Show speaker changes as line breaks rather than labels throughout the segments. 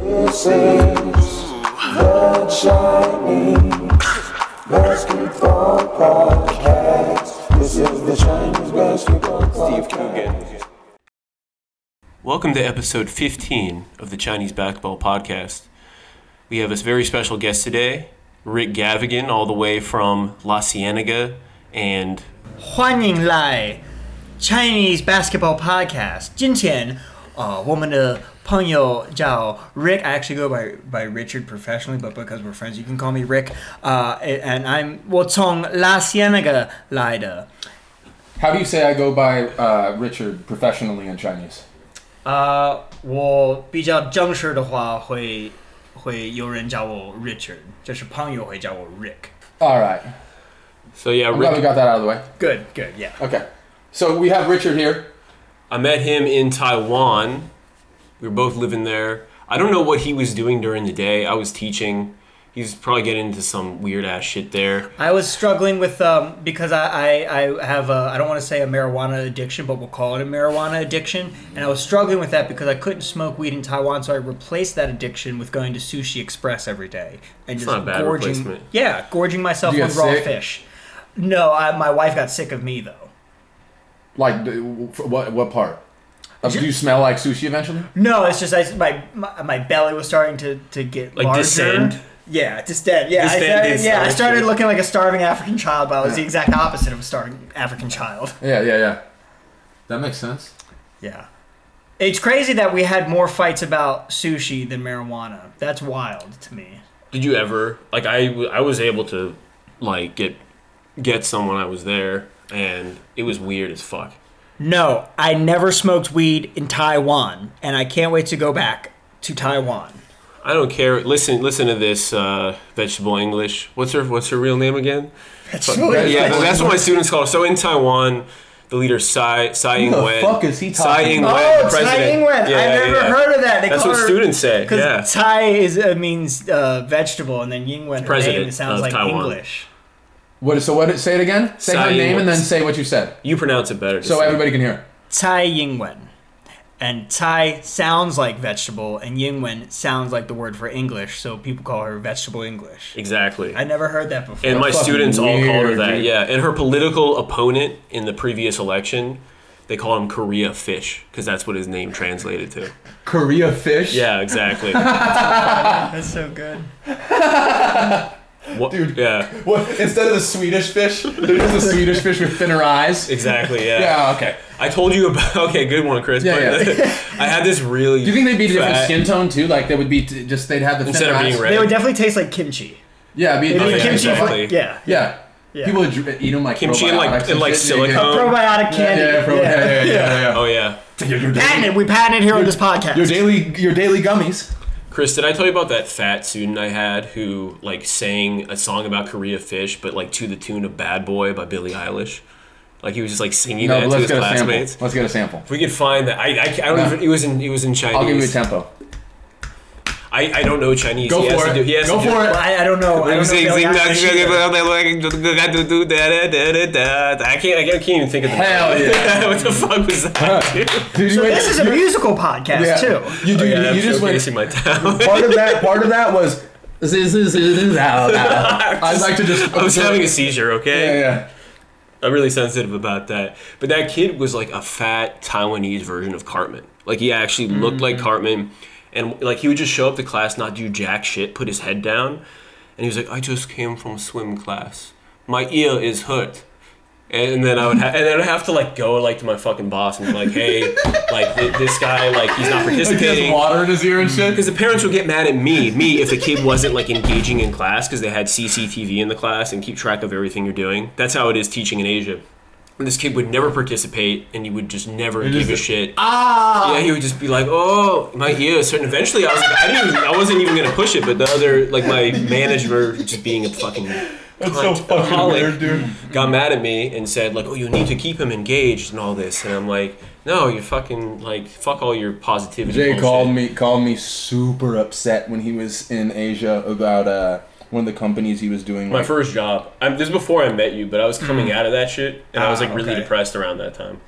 This is the Chinese Basketball Podcast. This is the Chinese Basketball Podcast.
Welcome to episode 15 of the Chinese Basketball Podcast. We have a very special guest today, Rick Gavigan, all the way from La Cienega. And
欢迎来 Chinese Basketball Podcast。今天，呃，我们的朋友叫 Rick. I actually go by by Richard professionally, but because we're friends, you can call me Rick. Uh, and I'm 我从 La Cienega 来的。
How do you say I go by uh, Richard professionally in Chinese?
呃，我比较正式的话会会有人叫我 Richard，就是朋友会叫我 Rick。
All right.
so, yeah,
I'm glad we
Rick,
got that out of the way.
Good, good, yeah.
Okay. So we have Richard here.
I met him in Taiwan. We were both living there. I don't know what he was doing during the day. I was teaching. He's probably getting into some weird ass shit there.
I was struggling with um, because I, I, I have a I don't want to say a marijuana addiction, but we'll call it a marijuana addiction. And I was struggling with that because I couldn't smoke weed in Taiwan, so I replaced that addiction with going to Sushi Express every day and just
not a bad
gorging,
replacement.
yeah, gorging myself
You
on
got
raw
sick?
fish. No, I, my wife got sick of me though.
Like, d- what what part? Uh, Do you smell like sushi eventually?
No, it's just I, my, my my belly was starting to to get
Like
larger.
distend?
Yeah, distend. Yeah,
Distend is
I started, yeah, I
starvation.
started looking like a starving African child, but I was the
Yeah.
exact opposite of a starving African child.
Yeah, yeah, yeah. That makes sense.
Yeah. It's crazy that we had more fights about sushi than marijuana. That's wild to me.
Did you ever? Like, I, w- I was able to, like, get get someone I was there, and it was weird as fuck.
No, I never smoked weed in Taiwan, and I can't wait to go back to Taiwan.
I don't care. Listen, listen to this uh, vegetable English. What's her What's her real name again? Yeah,
Vegetable
that's what my students call her. So in Taiwan, the leader Tsai Tsai
Who
Ing
the
Wen.
fuck is he
Tsai
talking
Ing
about?
Wen,
Oh,
the president.
Tsai Ing-wen.
Yeah,
I've never
yeah.
heard of that. They
That's
call
what
her-
students say.
Because
Yeah,
Thai is, uh, means uh, vegetable, and then Yingwen, her
President
name, it sounds
of
like
Taiwan.
English.
What? So what? Say it again. Say her
Saying
name and
what-
then say what you said,
you pronounce it better.
so
Just-
everybody can hear.
Tsai Yingwen. And Tsai sounds like vegetable, and Yingwen sounds like the word for English, so people call her vegetable English.
exactly.
I never heard that before.
and my
fucking
students all called her
weird,
that.
dude.
Yeah, and her political opponent in the previous election, they called him Korea Fish because that's what his name translated to.
Korea fish.
Yeah, exactly.
That's so good.
What- Yeah,
What? Instead of the Swedish fish, there's just a Swedish fish with thinner eyes.
exactly.
Yeah. Okay.
I told you about. Okay, good one, Chris.
Yeah,
But I had this really.
Do you think they'd be a different
fat-
skin tone too? Like they would be t- just they'd have the
instead
thinner
of being
eyes.
red?
They would definitely taste like kimchi.
Yeah. Be,
It'd be
Oh, yeah,
kimchi
exactly.
flavor- Yeah.
Yeah.
Yeah.
People would dr- eat them like
Kimchi and, like-
probiotics
and, like,
shit. Yeah, yeah.
silicone.
Probiotic
Yeah,
candy.
yeah, probiotic. Yeah, yeah, yeah,
oh yeah.
yeah, yeah. Your
Patented.
daily-
We patented here on this podcast.
Your daily, your daily gummies.
Chris, did I tell you about that fat student I had who like sang a song about Korea Fish, but like to the tune of "Bad Boy" by Billie Eilish? Like he was just like singing
No,
that
but
to
let's
his
get a sample.
classmates.
Let's get a sample.
If we could find that, I, I, I don't
No.
even. It was in it was in Chinese.
I'll give you a tempo.
I, I don't know Chinese.
Go
he has
for
to
it.
Do, he has
Go
to do
for
Well,
it.
I, I don't know. I
I
don't know if they have kimchi either.
can't. I can't even think of the
Hell yeah.
what the fuck was that? dude?
Dude, you went-
This is a musical podcast
yeah.
too.
You,
Oh,
dude,
Yeah, I'm
you just went.
showcasing my talent.
Part of that, part of that was. I'd like to just.
I was having a seizure. Okay.
Yeah, yeah.
I'm really sensitive about that. But that kid was like a fat Taiwanese version of Cartman. Like he actually looked
Mm.
like Cartman, and like he would just show up to class, not do jack shit, put his head down, and he was like, "I just came from swim class. My ear is hurt." And then I would, ha- and then I'd have to like go like to my fucking boss and be like, "Hey, like th- this guy, like he's not
Like he
participating."
has water in his ear and shit.
Because the parents would get mad at me, me, if the kid wasn't like engaging in class because they had CCTV in the class and keep track of everything you're doing. That's how it is teaching in Asia. And this kid would never participate, and he would just never give a
just-
shit. Ah, yeah, he would just be like, "Oh, my ears." And eventually, I was, like, I didn't, even, I wasn't even gonna push it, but the other, like my manager, just being a fucking
That's so fucking
Holly.
weird, dude.
got mad at me and said like, "Oh, you need to keep him engaged and all this," and I'm like, "No, you fucking like fuck all your positivity."
Jay
bullshit."
called me called me super upset when he was in Asia about uh, one of the companies he was doing.
My
like- Mm-hmm.
first job. I'm, this is before I met you, but I was coming out of that shit, and I was like really
okay.
depressed around that time.
Ah,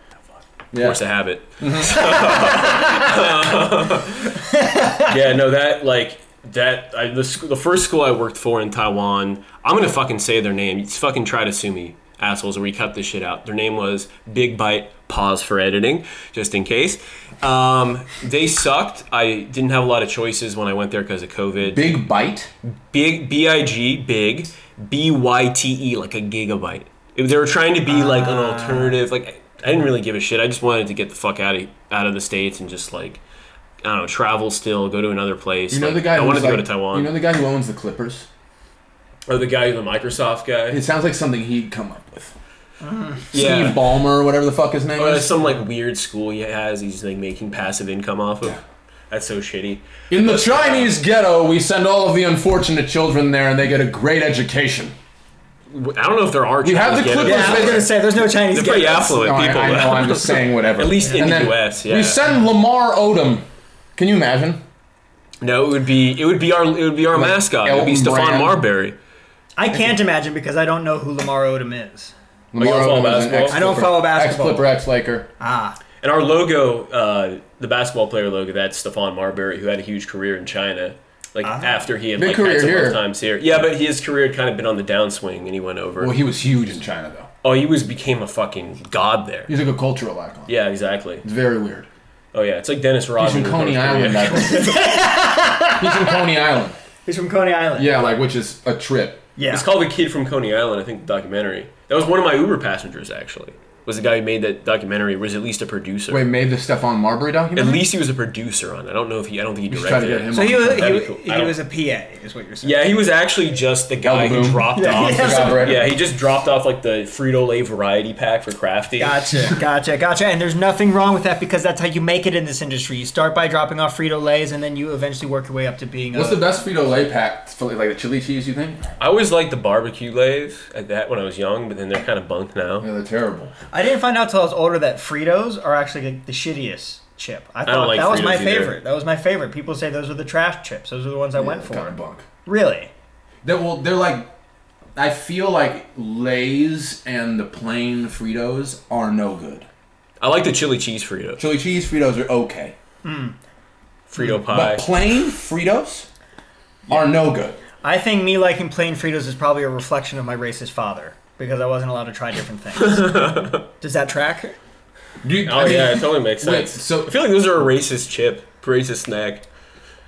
Yeah.
forced to have it. yeah, no, that like that. I, the sc- the first school I worked for in Taiwan, I'm gonna fucking say their name. You fucking try to sue me, assholes, or we cut this shit out. Their name was Big Bite. Pause for editing, just in case. Um, they sucked. I didn't have a lot of choices when I went there because of COVID.
Big bite.
Big B I G big B Y T E like a gigabyte. It- they were trying to be like an
Ah.
alternative. Like I didn't really give a shit. I just wanted to get the fuck out of out of the states and just like I don't know, travel still, go to another place.
You know
Like,
the guy.
I wanted
who's
to go to
like-
Taiwan.
You know the guy who owns the Clippers.
or the guy, the Microsoft guy.
It sounds like something he'd come up with.
yeah. Oh,
Steve Ballmer, or whatever the fuck his name
Or
is.
some like weird school he has. He's like making passive income off of. That's so shitty.
In the Chinese ghetto, we send all of the unfortunate children there, and they get a great education.
W- I don't know if there are.
You have
Chinese
the
ghettos.
Clippers,
Yeah, I was gonna say there's no Chinese.
They're pretty
ghettos.
affluent
No, I-
people.
I, know. I'm just saying whatever.
At least in
And
the
then
US, yeah.
We send Lamar Odom. Can you imagine?
no, it would be it would be our it would be our mascot. It would be
Elton
Stefan
Brand.
Marbury.
I can't imagine because I don't know who Lamar Odom is.
Lamar
don't follow
Odom is an
basketball?
ex-Clipper.
I don't follow basketball.
Ex-Clipper, ex-Laker.
Ah,
And our logo, uh, the basketball player logo, that's Stefan Marbury, who had a huge career in China. Like
Ah,
after he had
Big
like
career
had some
here.
rough times here. Yeah, but his career had kind of been on the downswing, and he went over.
Well, he was huge in China, though.
oh, he was became a fucking god there.
He's like a cultural icon.
Yeah, exactly.
It's very weird.
Oh yeah, it's like Dennis Rodman.
He's from
in
Coney
North
Island.
Korea.
I believe. He's from Coney Island.
he's from Coney Island.
Yeah, like which is a trip.
yeah.
It's called The Kid from Coney Island. I think the documentary. That was one of my Uber passengers actually. Was the guy who made that documentary? Was at least a producer.
Wait, made the Stefan Marbury
At
documentary.
least he was a producer on it. I don't know if he. I don't think he
should try to
directed.
get
it.
him
so he was,
That'd
he,
be cool. I
he
don't-
was a PA, is what you're saying.
Yeah, he was actually just the guy who
Boom.
dropped
Yeah,
off.
yeah.
the
He's operator.
Yeah, he just dropped off like the Frito Lay variety pack for Crafty.
Gotcha, gotcha, gotcha. And there's nothing wrong with that because that's how you make it in this industry. You start by dropping off Frito Lay's, and then you eventually work your way up to being.
What's
a,
the best Frito Lay pack? For, Like the chili cheese, you think?
I always liked the barbecue lays at that when I was young, but then they're kind of bunked now.
Yeah, they're terrible.
I didn't find out till I was older that Fritos are actually like, the shittiest chip. I thought
like
that was my
Fritos either.
favorite. That was my favorite. People say those are the trash chips. Those are the ones I went for.
Kind of bunk.
Really?
They're well, they're like. I feel like Lay's and the plain Fritos are no good.
I like the chili cheese Frito,
Chili cheese Fritos are okay,
Frito pie.
but plain Fritos are no good.
I think me liking plain Fritos is probably a reflection of my racist father because I wasn't allowed to try different things. Does that track?
Do you- I
Oh
mean,
yeah, it totally makes
wait,
sense.
so-
I feel like those are a racist chip, racist snack.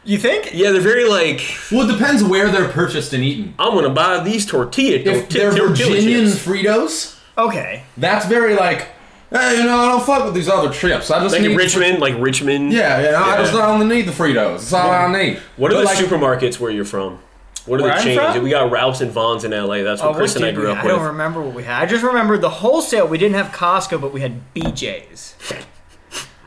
You think?
Yeah, they're very like
Well, it depends where they're purchased and eaten.
I'm gonna buy these tortilla
If
torti-
they're
tortilla
Virginian
chips.
Fritos,
Okay.
that's very like, hey, you know, I don't fuck with these other chips. I just
Like
need
in Richmond, like Richmond.
Yeah, yeah, I
Yeah.
just only need the Fritos. That's all I need.
What are
But
the
like,
supermarkets where you're from? What are
Where
the
I'm
chains?
from?
We got Ralphs and Vons in LA. That's what
what
Chris and I
did
grew
we-
up
Oh, I
with.
don't remember what we had. I just remember the wholesale. We didn't have Costco, but we had BJ's.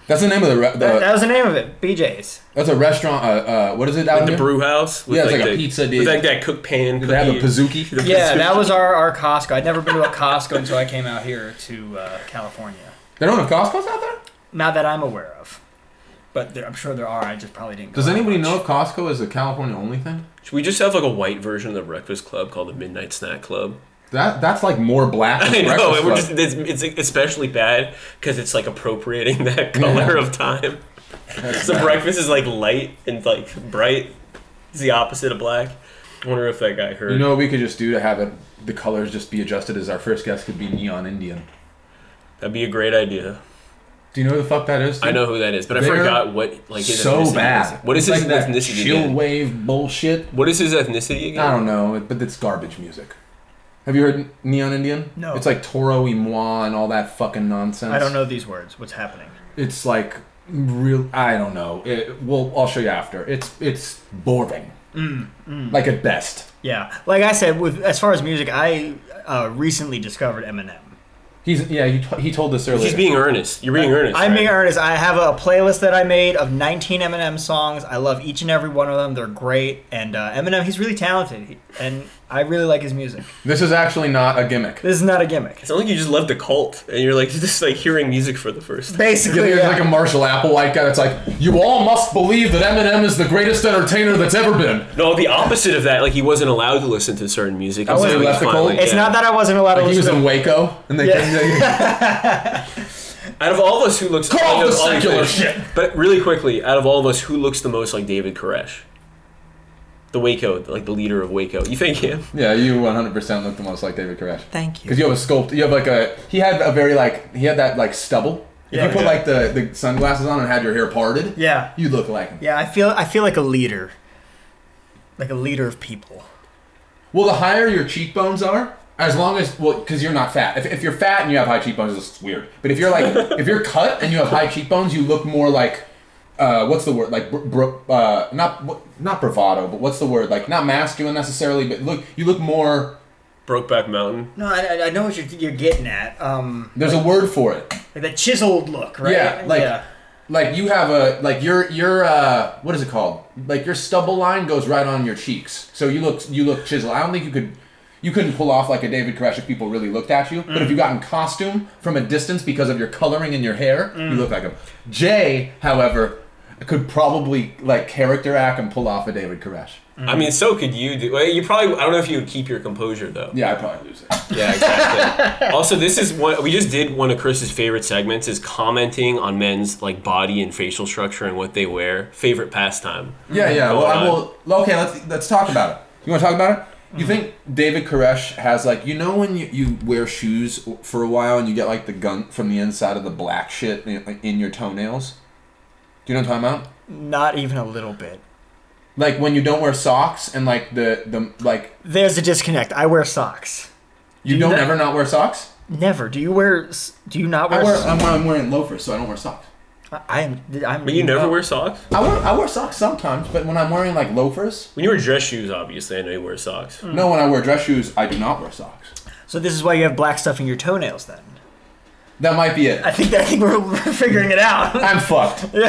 That's the name of the. Re- the
That, that was the name of it, BJ's.
that's a restaurant. Uh, uh, what is it? Out
At the
here?
brew house. With
Yeah, it's like a pizza
with
dish.
like that cook pan.
They have a
cookie.
pizookie.
The
Yeah,
pizookie.
that was our, our Costco. I'd never been to a Costco until I came out here to uh, California.
They don't have Costco's out there.
Not that I'm aware of, but there, I'm sure there are. I just probably didn't.
Does
Uh,
go out
anybody
much.
know if Costco is a California only thing?
Should we just have like a white version of the Breakfast Club called the Midnight Snack Club?
That that's like more black. Than
I know,
Breakfast
and we're
Club.
just, it's, it's especially bad because it's like appropriating that color
Yeah.
of time. so breakfast is like light and like bright. It's the opposite of black. I wonder if that guy heard.
You know what we could just do to have it the colors just be adjusted as our first guest could be neon Indian.
That'd be a great idea.
Do you know who the fuck that is? dude?
I know who that is, but I
They're
forgot what like his ethnicity
so
is.
bad.
What is
It's
his
like that
ethnicity
Chill
again?
wave bullshit.
What is his ethnicity again?
I don't know, but it's garbage music. Have you heard Neon Indian?
No.
It's like Toro y Moi and all that fucking nonsense.
I don't know these words. What's happening?
It's like real. I don't know. It, well, I'll show you after. It's it's boring.
Mm,
Like at best,
Yeah, like I said, with as far as music, I uh, recently discovered Eminem.
he's yeah. He, t- he told this earlier.
He's being earnest. You're being earnest.
I'm
right?
being earnest. I have a playlist that I made of 19 Eminem songs. I love each and every one of them. They're great. And uh, Eminem, he's really talented, He- and I really like his music.
this is actually not a gimmick.
This is not a gimmick.
It's not like you just left the cult and you're like just like hearing music for the first time.
Yeah,
Basically,
there's
yeah.
like a Marshall Applewhite guy that's like, you all must believe that Eminem is the greatest entertainer that's ever been.
No, the opposite of that. Like he wasn't allowed to listen to certain music.
wasn't
until he
left the
finally-
cult?
it's not that I wasn't allowed to
He was
listen.
in Waco, and they
Yeah.
came-
Out of all of us, who looks
Cut off
kind
the
of
secular
unfit-
shit.
But really quickly, out of all of us, who looks the most like David Koresh? The Waco, like the leader of Waco. You think him?
Yeah, you 100% look the most like David Koresh.
Thank you.
Because you have a sculpt. You have like a. He had a very like. He had that like stubble. If
Yeah.
you put
Yeah.
like the, the sunglasses on and had your hair parted,
Yeah.
you look like him.
Yeah, I feel I feel like a leader, like a leader of people.
Well, the higher your cheekbones are, as long as well, because you're not fat. If, if you're fat and you have high cheekbones, it's weird. But if you're like if you're cut and you have high cheekbones, you look more like. Uh, what's the word like? Br- br- uh, not wh- not bravado, but what's the word like? Not masculine necessarily, but look, you look more.
Brokeback Mountain.
Mm-hmm.
No, I, I- I know what you're, you're getting at. Um,
There's a word for it.
like that chiseled look, right?
Yeah, like like you have a like your your uh what is it called? Like your stubble line goes right on your cheeks, so you look you look chiseled. I don't think you could you couldn't pull off like a David Koresh if people really looked at you. But if you got in costume from a distance because of your coloring in your hair, you look like him. Jay, however, could probably like character act and pull off a David Koresh.
I mean, so could you do. well, You probably. I don't know if you would keep your composure though.
Yeah, I would probably lose it.
Yeah, exactly. also, this is one we just did one of Chris's favorite segments is commenting on men's like body and facial structure and what they wear. Favorite pastime.
Yeah, yeah.
Go
Well,
on.
I will. Okay, let's let's talk about it. You want to talk about it? You think David Koresh has like you know when you, you wear shoes for a while and you get like the gunk from the inside of the black shit in, like, in your toenails? Do you know what I'm talking about?
not even a little bit.
Like when you don't wear socks and like the the like
There's a disconnect. I wear socks.
you
Do
don't
that-
ever not wear socks.
Never. Do you wear? s- Do you not wear?
I wear
socks?
I'm, I'm wearing loafers, so I don't wear socks.
I- I'm. I'm.
But you never wear socks.
I wear I wear socks sometimes, but when I'm wearing like loafers,
When you wear dress shoes, obviously, I know you wear socks.
no. When I wear dress shoes, I do not wear socks.
So this is why you have black stuff in your toenails then.
That might be it.
I think that, I think we're, we're figuring it out.
I'm fucked.
figuring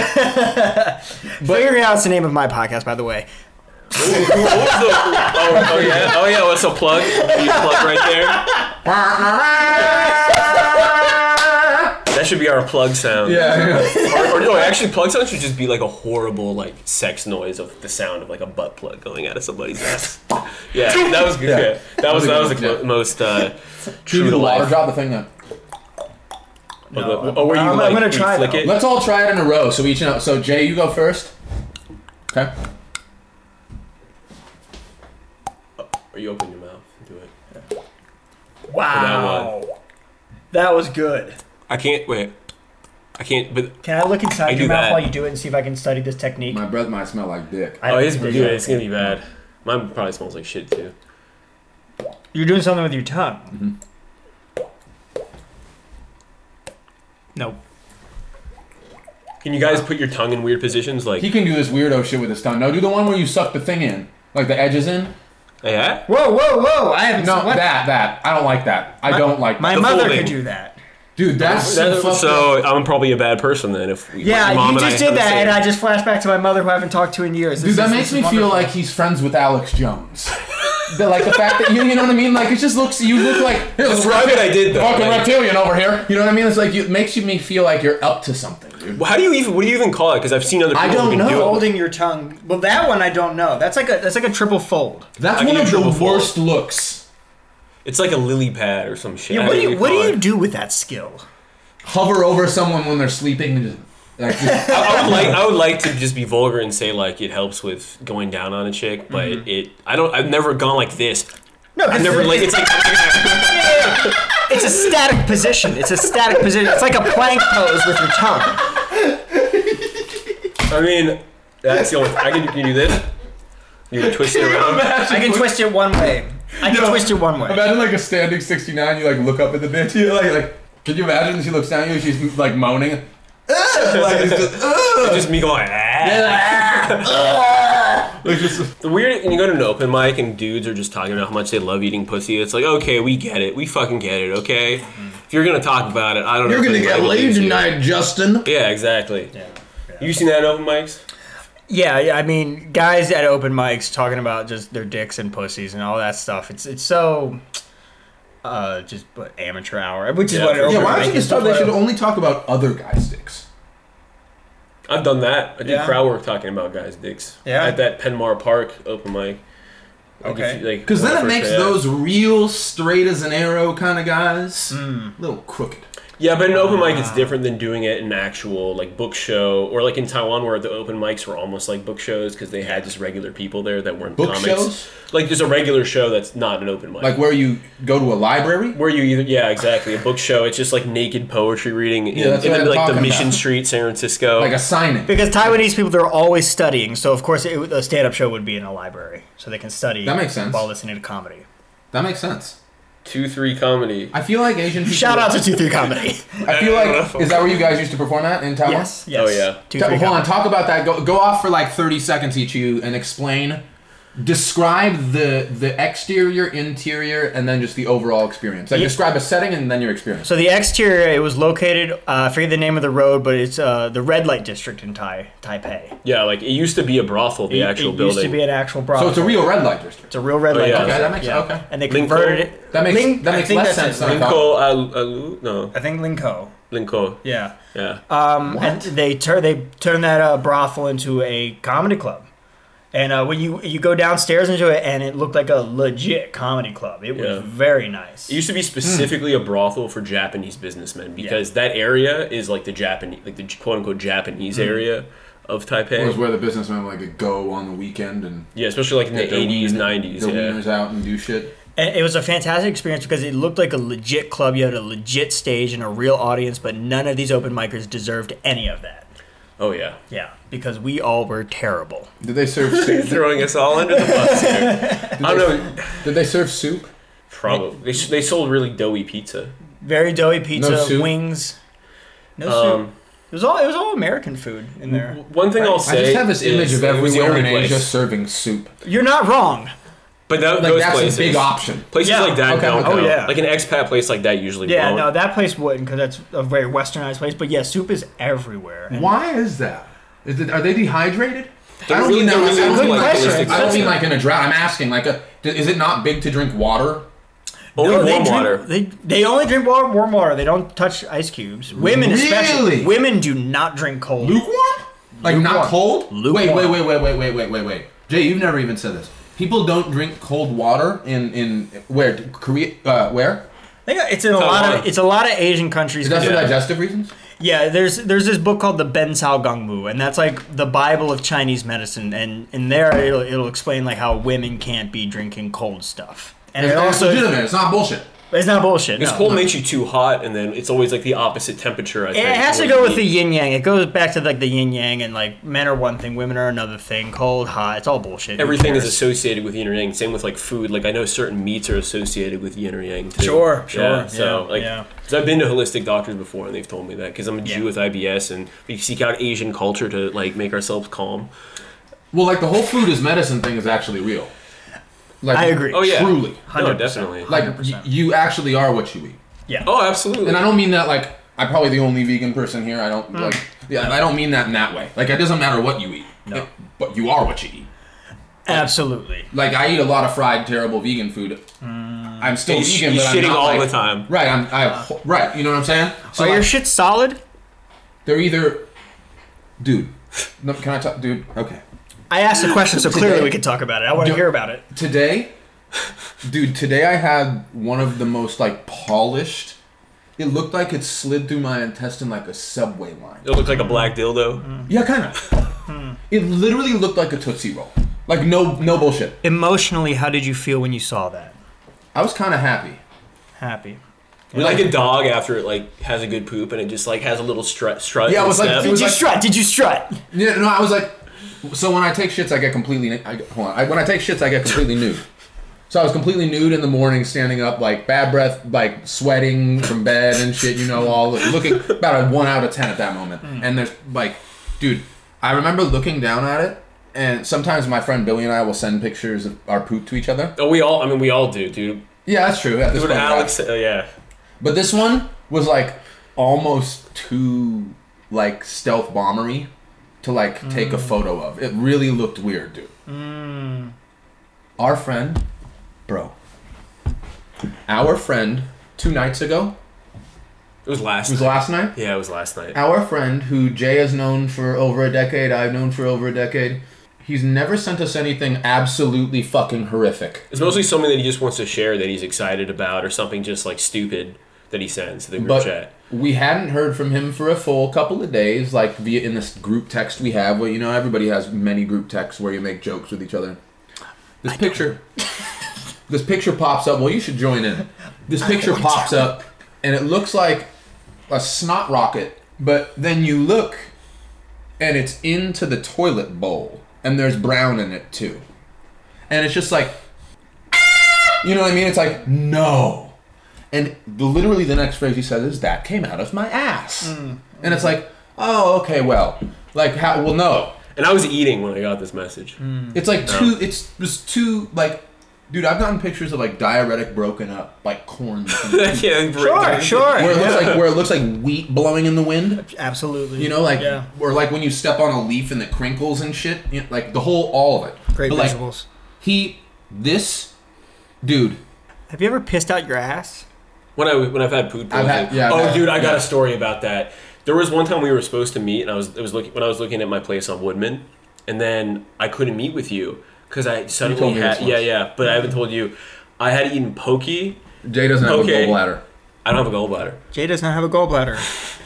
out's the name of my podcast, by the way.
What was the- oh, oh, yeah, oh yeah, what's a plug? Be a plug right there. That should be our plug sound.
yeah. yeah.
Or, or no, actually, plug sound should just be like a horrible like sex noise of the sound of like a butt plug going out of somebody's ass. Yeah, that was good.
Yeah.
Yeah. That was that was the mo-
Yeah.
most uh,
Do
true to
the water
life.
drop the thing then.
Or, the- or where you
I'm- I'm
like
gonna
you
try
flick
though.
it.
Let's all try it in a row. So each and so Jay, you go first. Okay.
Or you open your mouth and do it.
Wow. That was good.
I can't wait. I can't. But
Can I look inside
I do
your mouth
that.
while you do it and see if I can study this technique?
My breath might smell like dick.
I
oh, it's
did
good.
it.
It's gonna be bad. Mine probably smells like shit too.
You're doing something with your tongue. Mm-hmm. Nope.
Can you guys put your tongue in weird positions? Like
He can do this weirdo shit with his tongue. No, do the one where you suck the thing in, like the edges in.
yeah.
Whoa, whoa, whoa! I haven't.
No,
what?
that that I don't like that. I don't like
My
that.
The
mother
folding.
could do that.
dude. That's,
That-
some fucked
so
up-
I'm probably a bad person then. If we-
Yeah,
my mom
you
and I
just
have
did
the
that,
same-
and I just flashed back to my mother, who I haven't talked to in years.
Dude, that makes me feel like he's friends with Alex Jones. The- like the fact that you, you know what I mean. Like it just looks, you look like here,
That's
look,
right. What I did though.
fucking
Like,
reptilian over here. You know what I mean? It's like you, it makes you me feel like you're up to something, dude.
how do you even? What do you even call it? Because I've seen other people
I
who
don't
can
know.
do it.
folding your tongue. Well, that one I don't know. That's like a that's like a triple fold.
That's
I
one
can
of
do
the
triple fold.
worst looks.
It's like a lily pad or some shit. I
Yeah,
don't
what do
know
you what do
call
you
it.
do with that skill?
hover over someone when they're sleeping and just like just,
I, I would like I would like to just be vulgar and say like it helps with going down on a chick, but it I don't I've never gone like this.
No,
I've never like it's like
it's a static position. It's a static position. It's like a plank pose with your tongue.
I mean that's the only I can, can you do this. You can twist it around.
I can twist it one way. I can
No.
twist it one way.
imagine like a standing 69 you like look up at the bitch you like like can you imagine she looks down at you she's like moaning "Ugh," like it's just, "Ugh."
Just me going. "Ah."
like just
The weird when you go to an open mic and dudes are just talking about how much they love eating pussy. It's like okay, we get it. We fucking get it. Okay, if you're gonna talk about it, I don't. know if anybody believes you.
Justin
Yeah, exactly. You seen that in open mics?
Yeah, yeah, I mean, guys at open mics talking about just their dicks and pussies and all that stuff. It's it's so uh just but amateur hour, which is
Yeah,
what
for sure.
an
yeah
open
why don't
mic
you
is.
just talk they should only talk about other guys dicks
I've done that. I did
Yeah.
crowd work talking about guys' dicks.
Yeah.
At that Penmar Park open mic. Like,
Okay.
if you- like,
because
when I
then it
first
makes
got out.
those real straight as an arrow kind of guys a little crooked
Yeah, but an open mic it's different than doing it in actual like book show or like in Taiwan where the open mics were almost like book shows because they had just regular people there that weren't
Book
comics.
shows?
Like there's a regular show that's not an open mic.
Like where you go to a library.
where you either yeah exactly a book show it's just like naked poetry reading in,
Yeah, that's
in
what
the,
I'm
like the
talking
Mission
about.
Street San Francisco
Like a signing.
Because Taiwanese people, they're always studying, so of course, it, would- a stand-up show would be in a library, so they can study.
That makes sense.
While listening to comedy.
That makes sense.
two three comedy
I feel like Asian people.
Shout out to Two Three Comedy.
I feel like is that where you guys used to perform at in Taiwan?
yes, yes.
yeah.
Two
Ta-
Three
oh, hold on,
Comedy.
talk about that. Go, go off for like 30 seconds each you and explain describe the the exterior, interior and then just the overall experience. Like
Ye-
describe a setting and then your experience.
So the exterior, it was located. Uh, I forget the name of the road, but it's uh, the red light district in Tai Taipei.
yeah like it used to be a brothel the
It-
actual
it
building Oh,
used to be an actual brothel.
So it's a real red light district.
It's a real red light.
yeah.
district,
Okay, that makes- okay.
And they
Lincoln?
converted it.
That makes- that
I
makes
think
less
that's
sense
it.
than I thought.
Linko Al- Alu no
I think Linko.
Linko
Yeah.
yeah
Um, and they turn they turn that uh, brothel into a comedy club. And uh, when you you go downstairs into it, and it looked like a legit comedy club. It was
Yeah.
very nice.
It used to be specifically a brothel for Japanese businessmen because that area is like the Japanese, like the quote unquote Japanese
Mm.
area of
It was
Taipei.
where the businessmen would like go on the weekend and
Yeah, especially like in
get
the
their
eighties,
wiener-
nineties.
their
Yeah,
wieners out and do shit.
And it was a fantastic experience because it looked like a legit club. You had a legit stage and a real audience, but none of these open micers deserved any of that.
oh yeah,
Yeah, because we all were terrible.
Did they serve soup?
throwing us all under the bus. Here. I don't know.
Did they serve soup?
Probably they, s- they sold really doughy pizza.
Very doughy pizza,
soup?
wings. No
Um,
soup. It was all it was all American food in there.
One thing I'll
I
say,
just have this image
is
of
it was the
everywhere in
only place.
Asia serving soup.
You're not wrong.
but that,
Like
those
that's
places,
a big option.
places
Yeah.
like that
Okay,
don't.
okay.
count.
Oh, yeah.
like an expat place like that usually.
Yeah,
won't.
no, that place wouldn't because that's a very westernized place. But yeah, soup is everywhere. And
Why is that? Is it, are they dehydrated?
They're
I don't
really-
mean that.
they're
I
really
don't
good
mean like-
question.
I don't
That's
mean
good.
like in a drought. I'm asking like a. d- Is it not big to drink water?
only
No, Oh, they
warm
drink-
water.
They, they only drink warm, warm water. They don't touch ice cubes. Women especially.
Really?
Women do not drink cold.
Lukewarm? Like
Lukewarm.
not cold?
Lukewarm.
Wait, wait, wait, wait, wait, wait, wait, wait, wait. Jay, you've never even said this. People don't drink cold water in in where Korea? Uh, where?
I think it's in a lot
Taiwan.
of it's a lot of Asian countries.
Is that for
Yeah.
digestive reasons?
Yeah, there's there's this book called the Ben Sao Gongmu, and that's like the Bible of Chinese medicine. And in there, it'll it'll explain like how women can't be drinking cold stuff. And it
It's
also
legitimate. It's not bullshit.
it's not bullshit.
Because
no.
cold makes you too hot, and then it's always like the opposite temperature. I
It
think,
has
for
to
what
go
you
with the
need.
yin yang. It goes back to like the yin yang, and like men are one thing, women are another thing. Cold, hot, it's all bullshit. Who
everything is
cares?
associated with yin or yang. Same with like food. Like I know certain meats are associated with yin or yang. Too.
Sure, sure,
Yeah, so
yeah,
like,
yeah.
'cause I've been to holistic doctors before, and they've told me that because I'm a Jew
Yeah.
with IBS, and we seek out Asian culture to like make ourselves calm.
Well, like the whole food is medicine thing is actually real. Like
I agree.
Oh yeah,
Truly.
No,
100%.
definitely.
Like y-
100%.
you actually are what you eat.
Yeah.
oh, absolutely.
And I don't mean that like I'm probably the only vegan person here. I
Hmm.
don't like. Yeah, I don't mean that in that way. Like it doesn't matter what you eat,
No.
but you are what you eat.
Absolutely.
Like I eat a lot of fried, terrible vegan food. I'm still
You sh-
vegan,
you
but I'm
Hmm. shitting
not
all
like- Mm.
the time. Uh. Oh,
Right, I'm. I have, right, you know what I'm saying.
So
So
your
like,
shit's solid.
they're either, dude. No, can I talk, dude? Okay.
I asked a question, so clearly we could talk about it. I want to
Do-
hear about it.
Today, dude. Today I had one of the most like polished. It looked like it slid through my intestine like a subway line.
It looked like a black dildo.
Yeah, kind of. it literally looked like a tootsie roll. Like no, no bullshit.
Emotionally, how did you feel when you saw that?
I was kind of happy.
Happy.
We're Like a dog after it like has a good poop, and it just like has a little strut. strut
Yeah, it
and
was like-
step.
it
Did
was
you
like-
strut? Did you strut?
Yeah, no, I was like, so when I take shits, I get completely. I, hold on, I, when I take shits, I get completely nude. So I was completely nude in the morning, standing up, like bad breath, like sweating from bed and shit. You know, all looking about a one out of ten at that moment. And there's like, dude, I remember looking down at it, and sometimes my friend Billy and I will send pictures of our poop to each other.
oh, we all. I mean, we all do, dude.
Yeah, that's true. At this
What
point, right?
Alex? Uh, yeah.
But this one was like almost too like stealth bombery to like take a photo of. It really looked weird, dude. Our friend, bro. Our friend two nights ago,
It was last.
it was
night.
last night.
yeah, it was last night.
Our friend who Jay has known for over a decade, I've known for over a decade. He's never sent us anything absolutely fucking horrific.
It's mostly something that he just wants to share that he's excited about or something just like stupid that he sends to the group
but
chat.
we hadn't heard from him for a full couple of days, like via in this group text we have. Where you know everybody has many group texts where you make jokes with each other. This picture, this picture pops up. Well, you should join in. This picture pops up, and it looks like a snot rocket. But then you look, and it's into the toilet bowl, and there's brown in it too, and it's just like, you know what I mean? It's like no. And literally the next phrase he says is, "That came out of my ass,"
Mm,
and it's like, "Oh, okay, well, like, how? Well, no,
And I was eating when I got this message.
Mm.
it's like two. It's was two like, dude. I've gotten pictures of like diuretic broken up, like corn,
I
where
can't break
Sure,
down.
sure.
it looks like where it looks like wheat blowing in the wind.
Absolutely.
You know, like
yeah.
or like when you step on a leaf and it crinkles and shit. You know, like the whole, all of it.
Great
But, like,
visuals.
he, this, dude.
Have you ever pissed out your ass?
When I when I've had food
I've
poisoning.
had- yeah, I've
oh,
had-
dude, I got
yeah.
a story about that. There was one time we were supposed to meet, and I was it was looking when I was looking at my place on Woodman, and then I couldn't meet with you because I suddenly
told me
had
this
yeah
once. Mm-hmm.
yeah, but I haven't told you. I had eaten pokey.
Jay doesn't have
Okay.
a gallbladder.
I don't have a gallbladder.
Jay does not have a gallbladder.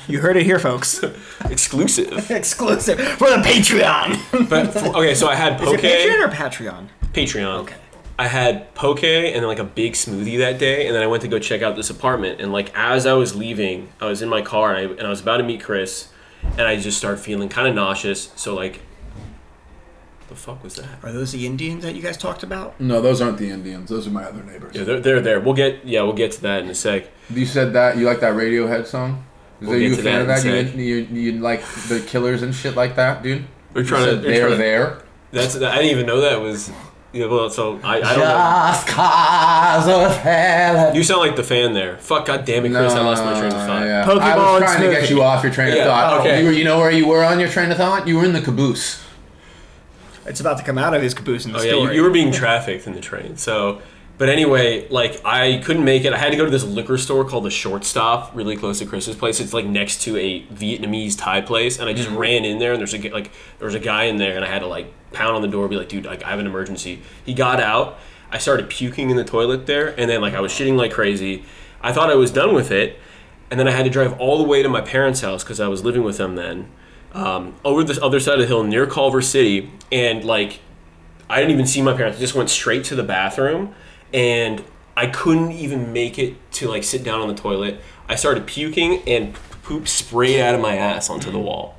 You heard it here, folks.
Exclusive.
Exclusive for the Patreon.
but for- okay, so I had
Is
poke.
it Patreon or Patreon?
Patreon.
Okay.
I had poke and then like a big smoothie that day, and then I went to go check out this apartment. And like as I was leaving, I was in my car and I, and I was about to meet Chris, and I just started feeling kind of nauseous. So like, the fuck was that?
Are those the Indians that you guys talked about?
No, those aren't the Indians. Those are my other neighbors.
Yeah, they're, they're there. We'll get yeah, we'll get to that in a sec.
You said that you like that Radiohead song. Is
We'll
that you a
get to
fan of
that
that? You,
in a sec.
you, you like the Killers and shit like that, dude?
We're
You
trying to-
said
we're
they're
trying to-
there.
That's I didn't even know that was. Yeah, well, so I, I don't know.
Just cause of hell.
You sound like the fan there. Fuck, god damn it, Chris, I lost my train of thought.
yeah.
Pokeball
I was
and
trying to
smoothie.
get you off your train
Yeah,
of thought.
okay.
You, were, you know where you were on your train of thought? You were in the caboose.
It's about to come out of his caboose in the
Oh yeah,
story.
you, you were being trafficked in the train. So, but anyway, like I couldn't make it. I had to go to this liquor store called the Shortstop, really close to Chris's place. It's like next to a Vietnamese Thai place, and I
Mm-hmm.
just ran in there, and there's a g- like there was a guy in there, and I had to like pound on the door, be like, dude, like I have an emergency. He got out. I started puking in the toilet there, and then like I was shitting like crazy. I thought I was done with it, and then I had to drive all the way to my parents' house because I was living with them then. Um, over this other side of the hill near Culver City, and like I didn't even see my parents. I just went straight to the bathroom, and I couldn't even make it to like sit down on the toilet. I started puking, and poop sprayed out of my ass onto the wall.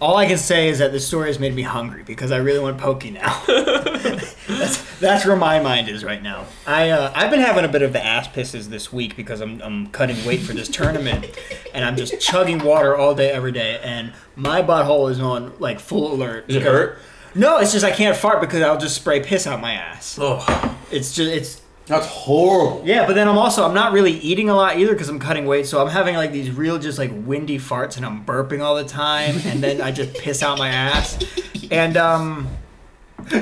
All I can say is that this story has made me hungry because I really want pokey now. that's, that's where my mind is right now. I uh, I've been having a bit of the ass pisses this week because I'm I'm cutting weight for this tournament, and I'm just chugging water all day every day, and my butthole is on like full alert.
Does it hurt?
No, it's just I can't fart because I'll just spray piss out my ass.
Oh,
It's just it's
That's horrible.
yeah, but then I'm also I'm not really eating a lot either because I'm cutting weight, so I'm having like these real just like windy farts and I'm burping all the time, and then I just piss out my ass, and um,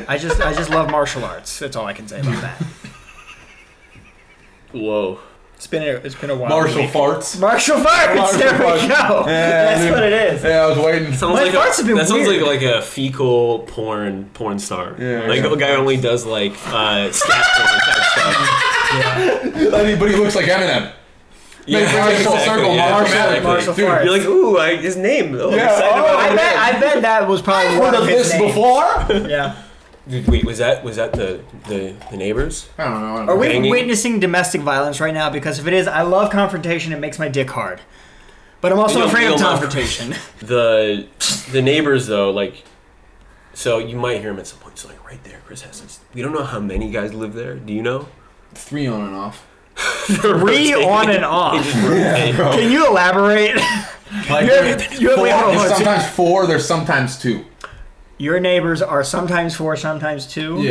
I just I just love martial arts. That's all I can say about that.
whoa!
It's been a, it's been a while.
Martial farts.
martial farts.
Martial
there we
farts.
go. That's
dude.
what it is.
Yeah, I was waiting.
Sounds
My
like a-
farts have been
that sounds like like
weird.
a fecal porn porn star.
Yeah,
like
yeah.
a guy only does like uh, scat porn type stuff.
Anybody looks like Eminem.
Yeah,
bring it full circle, Marshall,
dramatically.
Marshall
Dude,
farts.
You're like, ooh, I, his name. Oh, I'm
Yeah,
excited
oh,
about
I
it.
bet I bet that was probably
Heard
one of
of
his
this
names.
before? I
Yeah.
Dude, wait, was that was that the the, the neighbors?
don't know. I don't
Are
know.
we
Banging.
witnessing domestic violence right now? Because if it is, I love confrontation. It makes my dick hard. But I'm also
You don't
afraid of
feel my-
confrontation.
the the neighbors though like so you might hear him at some point so like right there chris has this we don't know how many guys live there do you know
Three on and off.
Three on and off. Can you elaborate? You have- you have- wait, hold on, hold
There's
on.
sometimes four, there's sometimes two.
Your neighbors are sometimes four, sometimes two.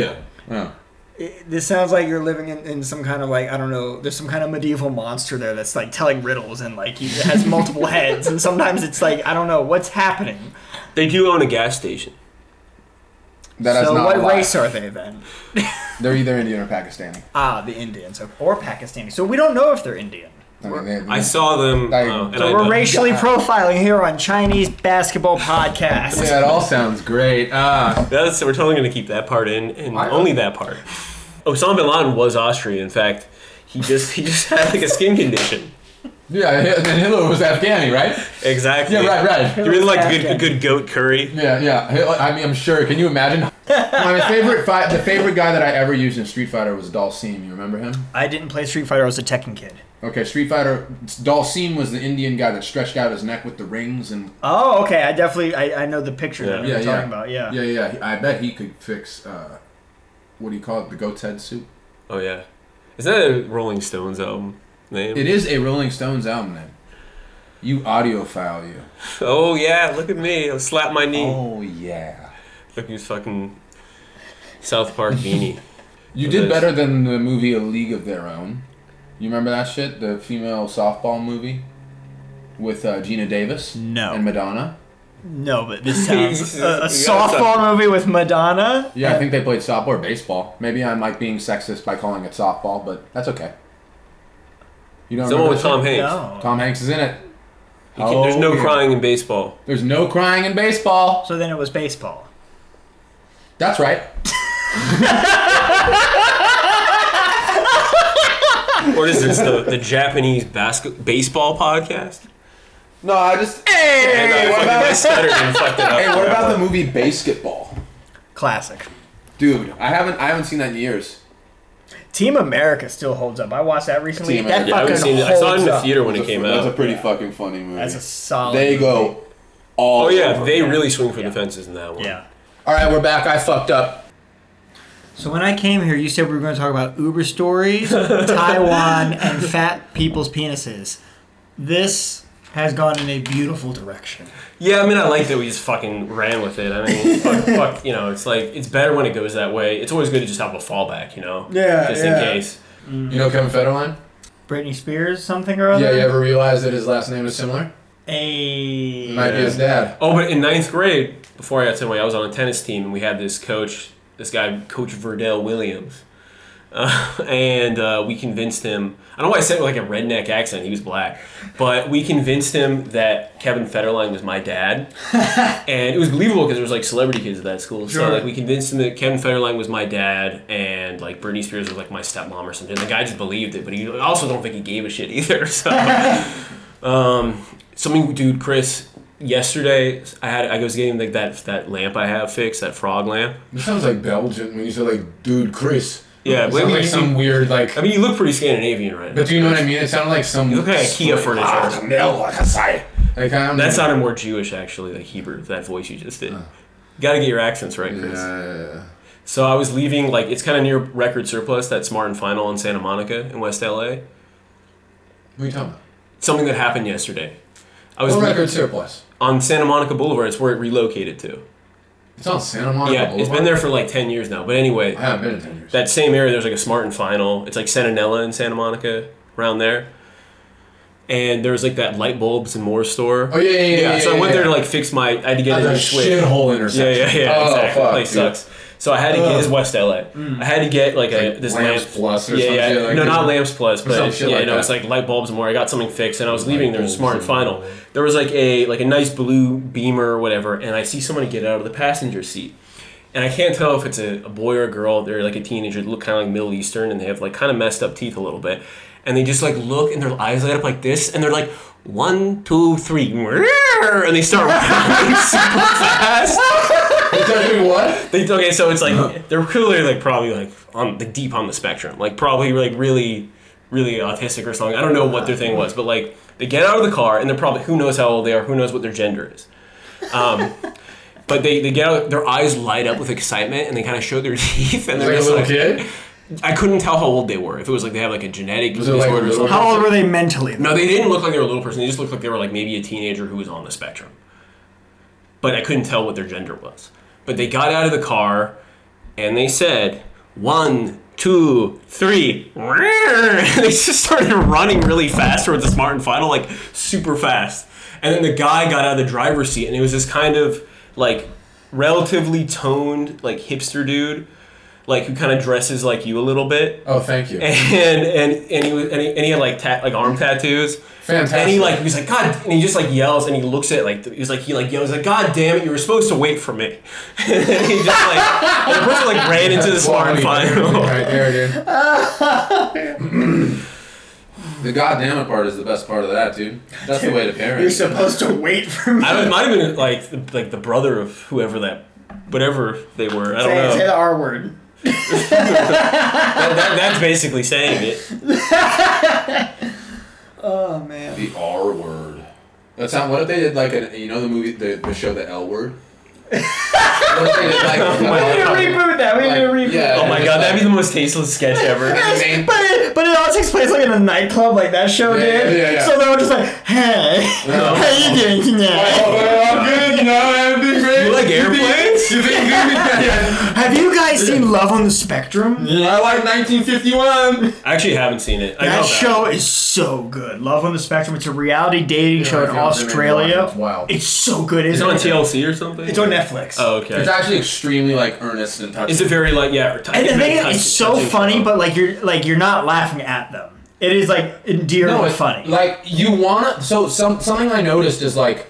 Yeah.
This sounds like you're living in, in some kind of like I don't know. There's some kind of medieval monster there that's like telling riddles and like he has multiple heads and sometimes it's like I don't know what's happening.
they do own a gas station
That is
so
not
what
a lie.
race are they then?
They're either Indian or Pakistani.
Ah, the Indians or- or Pakistani. So we don't know if they're Indian.
I mean, they,
i saw them
I-
uh, and
So
I,
We're
don't-
racially profiling here on Chinese Basketball Podcast.
yeah, it all sounds great. Uh,
that's we're totally going to keep that part in and
I-
only that part osama bin laden was austrian in fact He just he just had like a skin condition.
Yeah, and Hitler was Afghani, right?
Exactly.
Yeah, right, right.
You really like good
Afghan.
good goat curry.
Yeah, yeah. I mean, I'm sure. Can you imagine? My favorite fight, the favorite guy that I ever used in Street Fighter was Dalsim. You remember him?
I didn't play Street Fighter. I was a Tekken kid.
Okay, Street Fighter. Dalsim was the Indian guy that stretched out his neck with the rings and.
Oh, okay. I definitely I, I know the picture that
Yeah.
you're
Yeah,
talking
yeah.
about. Yeah.
Yeah, yeah. I bet he could fix. Uh, what do you call it? The goat's head soup.
Oh yeah, is that a Rolling Stones album name?
It is a Rolling Stones album name. You audiophile, you.
Oh yeah, look at me. I'll slap my knee.
Oh yeah.
Look at his fucking South Park beanie.
You
It
did
is.
better than the movie A League of Their Own. You remember that shit? The female softball movie with uh, Gina Davis
No.
and Madonna.
No, but this sounds
You
a, a
gotta
softball movie with Madonna.
Yeah, I think they played softball or baseball. Maybe I'm like being sexist by calling it softball, but that's okay. You don't
Someone
remember
with
that
Tom
shit?
Hanks.
No.
Tom Hanks is in it.
You can't- There's no
Oh, yeah.
crying in baseball.
There's no crying in baseball.
So then it was baseball.
That's right.
What is this? The, the Japanese basket baseball podcast?
No, I just.
And I
Hey, what
fucking
about,
stuttered and fucked it up.
hey, what about the movie Basketball?
Classic.
Dude, I haven't I haven't seen that in years.
Team America still holds up. I watched that recently.
Team
that
America.
Yeah, I haven't
fucking
seen it. I
holds
saw it in the
up.
theater when it
That's a-
came
That's a
out.
pretty fucking funny movie.
That's a solid.
they
movie.
go all.
Oh yeah,
over.
they really swing for the fences in that one.
Yeah.
All right, we're back. I fucked up.
So when I came here, you said we were going to talk about Uber stories, Taiwan, and fat people's penises. This has gone in a beautiful direction.
Yeah, I mean, I like that we just fucking ran with it. I mean, fuck, fuck, you know, it's like it's better when it goes that way. It's always good to just have a fallback, you know.
Yeah,
Just
yeah.
in case.
You know Kevin Federline?
Britney Spears, something or other.
ever realize that his last name is similar?
A
Might be his dad.
Oh, but in ninth grade, before I got to my, I was on a tennis team, and we had this coach, this guy, Coach Verdell Williams, uh, and uh, we convinced him. I don't know why I said it with like a redneck accent. He was black, but we convinced him that Kevin Federline was my dad, and it was believable because there was like celebrity kids at that school.
Sure.
So like we convinced him that Kevin Federline was my dad, and like Britney Spears was like my stepmom or something. The guy just believed it, but he I also don't think he gave a shit either. So. Um, Something, dude, Chris. Yesterday, I had I was getting like that that lamp I have fixed, that frog lamp.
This sounds like Belgian when you say like, dude, Chris.
Yeah,
it
wait,
sounds
wait,
like
you-
some weird like.
I mean, you look pretty Scandinavian right now.
But do you know what I mean? It sounded like some.
look like IKEA
like,
furniture.
"Ah, the nail, like I say." Like, I don't
That
know.
sounded more Jewish actually, like Hebrew. That voice you just did. You gotta get your accents right, Chris.
Yeah.
So I was leaving like it's kind of near Record Surplus, that Smart and Final in Santa Monica in West LA.
What are you talking about?
Something that happened yesterday. I was
What record surplus?
on Santa Monica Boulevard. It's where it relocated to.
It's on Santa Monica.
Yeah, it's been there for like ten years now. But anyway,
I haven't been in ten years.
that same area there's like a smart and final it's like sentinella in santa monica around there and there's like that light bulbs and more store
Oh, yeah, yeah, yeah, yeah,
so i
yeah,
went there
yeah.
to like fix my i had to get
That's
in
a
a switch
shithole
yeah
intersection.
yeah yeah
Oh,
exactly
fuck,
place
dude.
sucks so i had to get
Ugh. Mm.
this west la i had to get like a
Like
this
Lamps
lamp
Plus or
yeah
some
yeah
shit like
no
that.
not lamps plus but
some
yeah
shit like
you know
that.
it's like light bulbs and more i got something fixed and i was leaving there was
bulbs
smart and
and-
final there was like a like a nice blue beamer or whatever and i see someone get out of the passenger seat and I can't tell if it's a, a boy or a girl. They're like a teenager, look kind of like Middle Eastern, and they have like kind of messed up teeth a little bit. And they just like look, and their eyes light up like this, and they're like one, two, three, and they start running super fast.
It's actually what?
They okay, so it's
Uh-huh.
like they're clearly like probably like on the deep on the spectrum, like probably like really, really autistic or something. I don't know what their thing was, but like they get out of the car and they're probably who knows how old they are, who knows what their gender is. Um, but they, they get out, their eyes light up with excitement and they kind of show their teeth and
Like
they're
a
just
little
like
kid?
I couldn't tell how old they were. If it was like they have like a genetic
it,
disorder
like,
or
little-
something.
How old were they mentally?
No, they didn't look like they were a little person. They just looked like they were like maybe a teenager who was on the spectrum. But I couldn't tell what their gender was. But they got out of the car and they said, one, two, three. And they just started running really fast towards the smart and final, like super fast. And then the guy got out of the driver's seat and it was this kind of like relatively toned, like hipster dude like who kind of dresses like you a little bit.
Oh, thank you.
And and and he was and he, and he had like tat like arm tattoos.
Fantastic.
And he like he was like God, and he just like yells and he looks at like he was like he like yells like God damn it, you were supposed to wait for me. and he just like and the person like ran into the smart final.
Right there, dude. the goddamn part is the best part of that, dude. That's the way to parent.
You're supposed to wait for me.
I don't, it might have been like the, like the brother of whoever that, whatever they were. I don't
Say,
know.
say the R word.
That- that- that's basically saying it.
Oh man.
The R word. That's not. What if they did like an? You know the movie, the, the show, the L word. what if they did like?
Oh my
We need to
God.
reboot that. We need to
Like,
reboot.
yeah.
Oh my god, that'd be the most tasteless sketch ever.
the main.
But it, but it all takes place like in a nightclub, like that show
Yeah,
did.
yeah, yeah.
So they were just like, "Hey, how you doing tonight?
Oh, well, I'm good. You know, I'm doing great.
You like airplanes?
You think good?
Have you guys seen Love on the Spectrum?
I like 1951.
I actually haven't seen it. I know
That
about
show is so good. Love on the Spectrum. It's a reality dating show in
I found it in
Australia.
Ireland. It's wild.
It's so good. It's
Is it on TLC or something?
It's on Netflix.
Oh, okay.
It's actually extremely like earnest and touching.
Is it very like yeah?
and the thing is, it's so funny, but like you're like you're not laughing at them. It is like endearing
no,
and
it's
funny.
Like you wanna. So some something I noticed is like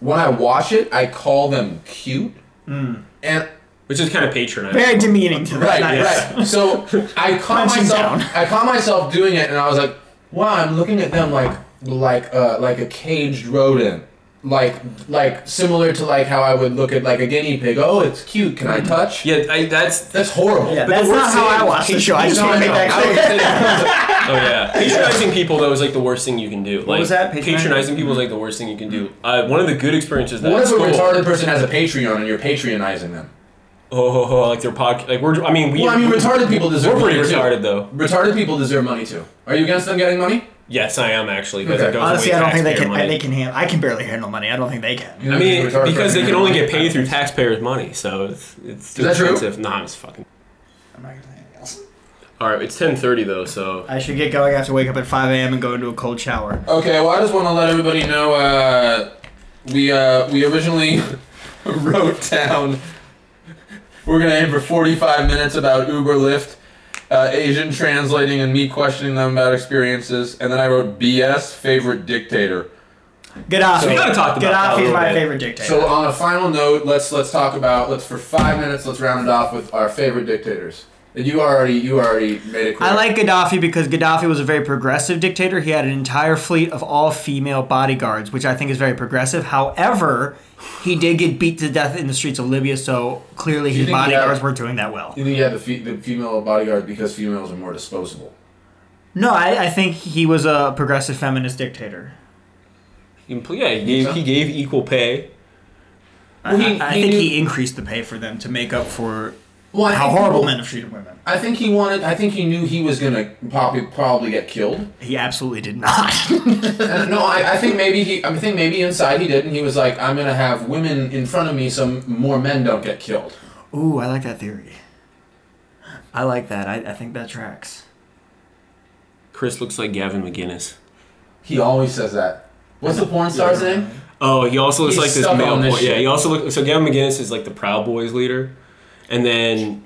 when I watch it, I call them cute, and
which is kind of patronizing.
Very demeaning to them.
Right,
Nice.
right. So I caught
Punching
myself.
down.
I caught myself doing it, and I was like, "Wow, I'm looking at them like like uh, like a caged rodent, like like similar to like how I would look at like a guinea pig. Oh, it's cute. Can I touch?
Yeah, I, that's
That's horrible.
Yeah,
But
that's
the
not
worst
how
thing
I
is
watch the
Kate-
show. I just
no,
want
I
to make
know.
that
I
clear.
would say-
oh yeah. Patronizing people though is like the worst thing you can do. Like
was that? Patronizing?
Patronizing, people is like the worst thing you can do. Uh, one of the good experiences that
What if a
school-
retarded person has a Patreon and you're patronizing them?
Oh, ho, ho, like their podcast. Like we're. I mean, we.
Well, I mean, retarded people deserve
We're pretty
money, too.
retarded though.
Retarded people deserve money too. Are you against them getting money?
Yes, I am actually. 'cause
Okay.
it goes
Honestly,
away
I don't think they
taxpayer
can.
money.
They can handle. I can barely handle money. I don't think they can.
You know,
I mean,
a retarded
because
person
they can
getting
only
money?
get paid through taxpayers' money, so it's it's too
Is that true?
expensive. Nah, I'm just fucking.
I'm not gonna say anything else.
All right, it's ten thirty though, so
I should get going. I have to wake up at 5 a.m. and go into a cold shower.
Okay, well, I just want to let everybody know uh, we uh, we originally wrote down we're gonna aim for 45 minutes about Uber, Lyft, uh, Asian translating, and me questioning them about experiences, and then I wrote BS favorite dictator.
Gaddafi.
we gotta talk about that a
Gaddafi is
little
my
bit.
favorite dictator.
So on a final note, let's let's talk about let's for five minutes let's round it off with our favorite dictators. And you already you already made it clear.
I like Gaddafi because Gaddafi was a very progressive dictator. He had an entire fleet of all female bodyguards, which I think is very progressive. However, he did get beat to death in the streets of Libya, so clearly
you
his
think he
bodyguards
had-
weren't doing that well.
You think you had the, fe- the female bodyguard because females are more disposable.
No, I, I think he was a progressive feminist dictator.
yeah, he gave, he gave equal pay.
I-
he-
I, I
he
think
knew-
he increased the pay for them to make up for
Well, I
how
think
horrible
people-
men have treated women.
I think he wanted. I think he knew he was gonna probably probably get killed.
He absolutely did not.
And no, I, I think maybe he. I think maybe inside he did, and he was like, "I'm gonna have women in front of me, so more men don't get killed."
Ooh, I like that theory. I like that. I, I think that tracks.
Chris looks like Gavin McGinnis.
He always says that. What's the porn star's name?
Oh, he also looks
He's
like this
stuck
male
on this
boy. Yeah,
shit.
he also looks. So Gavin McGinnis is like the Proud Boys leader, and then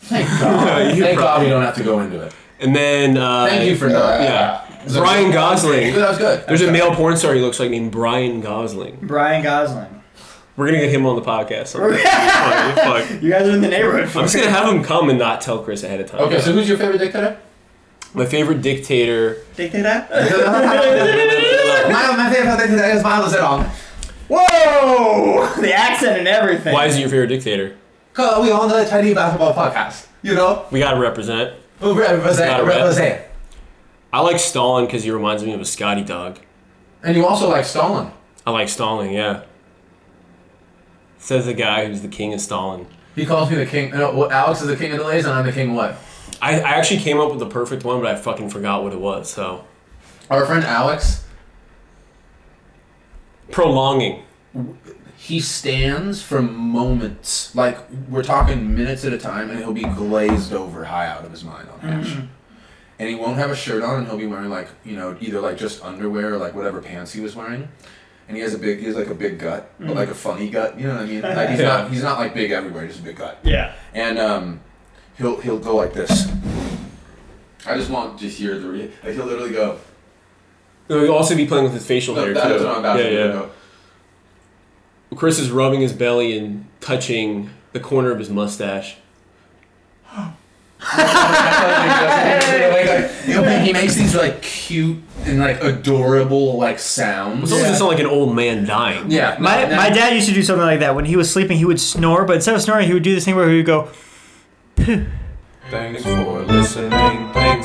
Thank God.
You're
Thank God
probably-
we don't have to go into it.
and then. Uh,
Thank you for that.
yeah.
So-
Brian Gosling.
That was good.
There's a male porn star he looks like named Brian Gosling.
Brian Gosling.
We're gonna get him on the podcast. someday. Fuck, fuck.
You guys are in the neighborhood.
I'm just gonna have him come and not tell Chris ahead of time.
Okay, so who's your favorite dictator?
My favorite dictator.
Take that.
my, my favorite dictator is Miles at all.
Whoa! The accent and everything.
Why is he your favorite dictator?
Cause we all know the Chinese basketball podcast. You know,
We gotta represent.
who represent,
Gotta rep. I like Stalin because he reminds me of a Scotty dog.
And you also like Stalin.
I like Stalin, yeah. Says the guy who's the king of Stalin.
He calls me the king. No, well, Alex is the king of delays, and I'm the king of what?
I, I actually came up with the perfect one, but I fucking forgot what it was. So
Our friend Alex,
prolonging.
he stands for moments. Like we're talking minutes at a time, and he'll be glazed over, high out of his mind on hash. And he won't have a shirt on, and he'll be wearing like you know either like just underwear or like whatever pants he was wearing. and he has a big, he has like a big gut, but like a funny gut. You know what I mean? Like he's not, he's not like big everywhere. He's just a big gut.
Yeah.
And um, he'll he'll go like this. I just want to just hear the re- like he'll literally go.
He'll also be playing with his facial hair
That-
too.
that's what I'm about
yeah,
to do.
yeah.
Go,
Chris is rubbing his belly and touching the corner of his mustache.
like, like, you know, he makes these like cute and like adorable like sounds.
It's almost sound like an old man dying.
Yeah,
My,
and then-
my dad used to do something like that. When he was sleeping, he would snore, but instead of snoring, he would do this thing where he would go,
Thanks for listening. Thanks